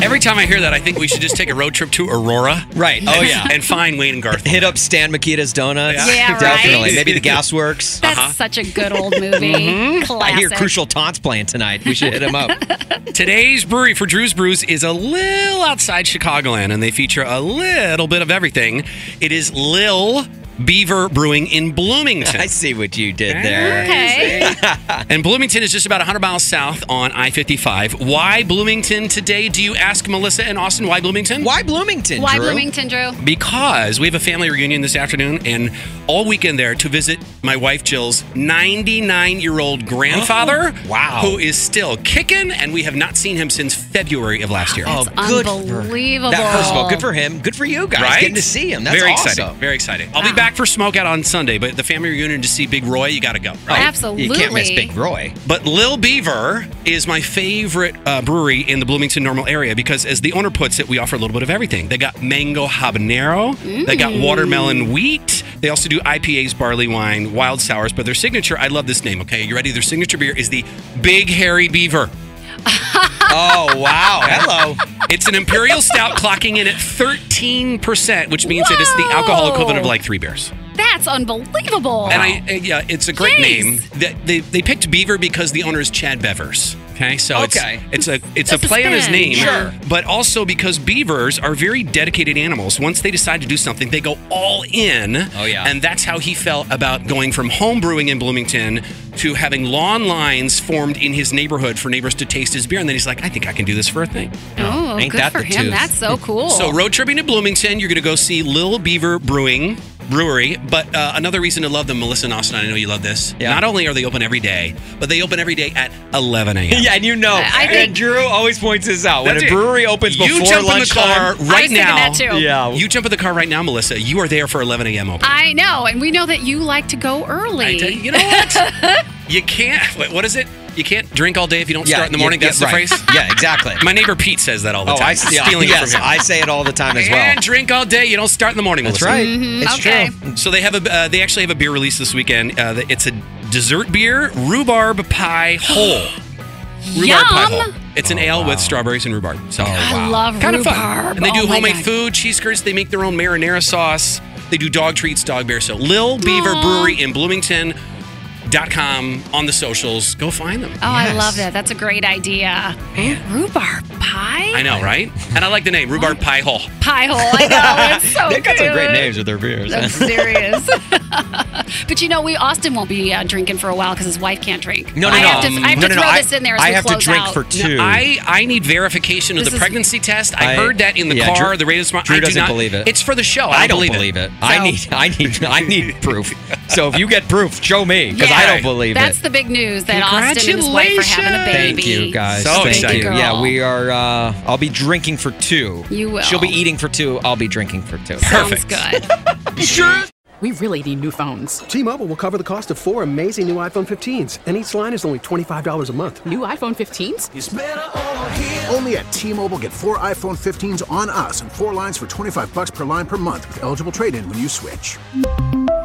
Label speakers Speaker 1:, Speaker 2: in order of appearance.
Speaker 1: Every time I hear that, I think we should just take a road trip to Aurora.
Speaker 2: Right.
Speaker 1: Oh, yeah. And find Wayne and Garth.
Speaker 2: Hit up Stan Makita's Donuts.
Speaker 3: Yeah, right.
Speaker 2: definitely. Maybe the Gas Works.
Speaker 3: That's such a good old movie. Classic.
Speaker 2: I hear Crucial Taunts playing tonight. We should hit him up.
Speaker 1: Today's brewery for Drew's Brews is a little outside Chicagoland, and they feature a little bit of everything. It is Lil Beaver Brewing in Bloomington.
Speaker 2: I see what you did there.
Speaker 3: Okay.
Speaker 1: And Bloomington is just about 100 miles south on I 55. Why Bloomington today? Do you ask Melissa and Austin why Bloomington?
Speaker 2: Why Bloomington?
Speaker 3: Why
Speaker 2: Drew?
Speaker 3: Bloomington, Drew?
Speaker 1: Because we have a family reunion this afternoon and all weekend there to visit my wife Jill's 99 year old grandfather.
Speaker 2: Oh, wow.
Speaker 1: Who is still kicking, and we have not seen him since February of last year.
Speaker 2: Oh, good. for-
Speaker 3: Unbelievable.
Speaker 2: That, first of all, good for him. Good for you guys.
Speaker 1: Right?
Speaker 2: Getting to see him. That's
Speaker 1: Very
Speaker 2: awesome.
Speaker 1: exciting. Very exciting. I'll be back for Smokeout on Sunday, but the family reunion to see Big Roy, you got to go. Right?
Speaker 3: Absolutely.
Speaker 2: Oh, You can't miss Big Roy.
Speaker 1: But Lil Beaver is my favorite uh, brewery in the Bloomington Normal area because, as the owner puts it, we offer a little bit of everything. They got mango habanero, they got watermelon wheat. They also do IPAs, barley wine, wild sours. But their signature, I love this name. Okay, you ready? Their signature beer is the Big Hairy Beaver.
Speaker 2: Oh, wow. Hello.
Speaker 1: It's an imperial stout clocking in at 13%, which means it is the alcohol equivalent of
Speaker 3: Whoa.
Speaker 1: like three beers.
Speaker 3: That's unbelievable.
Speaker 1: And I, uh, yeah, it's a great
Speaker 3: Jeez.
Speaker 1: name. They, they, they picked Beaver because the owner is Chad Bevers. Okay, so
Speaker 2: Okay.
Speaker 1: it's it's a it's
Speaker 3: That's
Speaker 1: a
Speaker 3: a
Speaker 1: play on his
Speaker 3: spin,
Speaker 1: name,
Speaker 3: Sure.
Speaker 1: but also because beavers are very dedicated animals. Once they decide to do something, they go all in.
Speaker 2: Oh, yeah.
Speaker 1: and that's how he felt about going from home brewing in Bloomington to having lawn lines formed in his neighborhood for neighbors to taste his beer, and then he's like, I think I can do this for a thing.
Speaker 3: oh,
Speaker 2: ain't
Speaker 3: good
Speaker 2: that
Speaker 3: for
Speaker 2: the
Speaker 3: him.
Speaker 2: tooth.
Speaker 3: That's so cool.
Speaker 1: So road tripping to Bloomington, you're going to go see Lil Beaver Brewing Brewery. But uh, another reason to love them, Melissa and Austin, I know you love this.
Speaker 2: Yeah.
Speaker 1: Not only are they open every day, but they open every day at 11 a.m.
Speaker 2: Yeah, and you know,
Speaker 3: I- I
Speaker 2: and
Speaker 3: think-
Speaker 2: Drew always points this out. When
Speaker 1: That's
Speaker 2: a
Speaker 1: it.
Speaker 2: brewery opens
Speaker 1: you
Speaker 2: before
Speaker 1: jump
Speaker 2: lunchtime,
Speaker 1: in the car right
Speaker 3: I was thinking
Speaker 1: now.
Speaker 3: that too.
Speaker 2: Yeah.
Speaker 1: You jump in the car right now, Melissa. You are there for 11 a.m. open.
Speaker 3: I know, and we know that you like to go early.
Speaker 1: I tell you, you know what? you can't. Wait, what is it? You can't drink all day if you don't start in the morning.
Speaker 2: yeah,
Speaker 1: That's the
Speaker 2: right.
Speaker 1: phrase.
Speaker 2: Yeah, exactly.
Speaker 1: My neighbor Pete says that all the
Speaker 2: oh,
Speaker 1: time.
Speaker 2: I see. Yeah,
Speaker 1: Stealing it
Speaker 2: yes,
Speaker 1: from him.
Speaker 2: I say it all the time as well.
Speaker 1: And drink all day. You don't start in the morning.
Speaker 2: That's
Speaker 1: Melissa.
Speaker 2: right. it's
Speaker 3: Mm-hmm. okay.
Speaker 2: true.
Speaker 1: So they have a uh, they actually have a beer release this weekend. Uh, that- it's a dessert beer, rhubarb pie whole. Rhubarb pie
Speaker 3: Yum.
Speaker 1: hole. It's
Speaker 2: Oh,
Speaker 1: an ale with strawberries and rhubarb. So
Speaker 3: I love
Speaker 1: kind of fun.
Speaker 3: rhubarb.
Speaker 1: And they do
Speaker 3: Oh my
Speaker 1: homemade
Speaker 3: God.
Speaker 1: food, cheese curds. They make their own marinara sauce. They do dog treats, dog bear. So Lil Beaver
Speaker 3: Aw.
Speaker 1: Brewery in Bloomington. Dot com on the socials. Go find them.
Speaker 3: Oh, I love that. That's a great idea. Rhubarb pie?
Speaker 1: I know, right? And I like the name Rhubarb Pie Hole.
Speaker 3: Pie hole. I know. It's so
Speaker 2: They've got some great
Speaker 3: Oh, good.
Speaker 2: names with their beers.
Speaker 3: I'm serious. but you know, we Austin won't be uh, drinking for a while because his wife can't drink.
Speaker 2: No, no,
Speaker 3: I
Speaker 2: no.
Speaker 3: Have to, I have
Speaker 2: no,
Speaker 3: to
Speaker 2: no, no.
Speaker 3: throw
Speaker 2: I-
Speaker 3: this in there as
Speaker 2: I
Speaker 3: we
Speaker 2: have to
Speaker 3: close
Speaker 2: drink
Speaker 3: out.
Speaker 2: for two.
Speaker 1: I, I need verification of
Speaker 3: This
Speaker 1: the
Speaker 3: is-
Speaker 1: pregnancy test. I,
Speaker 2: I-
Speaker 1: heard that in the
Speaker 2: yeah,
Speaker 1: car,
Speaker 2: Drew-
Speaker 1: the radio smart.
Speaker 2: Drew
Speaker 1: I do
Speaker 2: doesn't
Speaker 1: not-
Speaker 2: believe it.
Speaker 1: It's for the show.
Speaker 2: I don't believe it. I need, I need, I need proof. So if you get proof, show me because I don't believe
Speaker 3: That's
Speaker 2: it.
Speaker 3: the big news that Austin and his wife are having a baby.
Speaker 2: Thank you guys.
Speaker 1: So
Speaker 2: Thank
Speaker 1: excited.
Speaker 2: you.
Speaker 3: Girl.
Speaker 2: Yeah, we are. Uh, I'll be drinking for two.
Speaker 3: You will.
Speaker 2: She'll be eating for two. I'll be drinking for two.
Speaker 3: Sounds good.
Speaker 4: We really need new phones.
Speaker 5: T-Mobile will cover the cost of four amazing new iPhone 15s, and each line is only $25 a month.
Speaker 4: New iPhone 15s?
Speaker 6: Only at T-Mobile get four iPhone 15s on us and four lines for 25 bucks per line per month with eligible trade-in when you switch.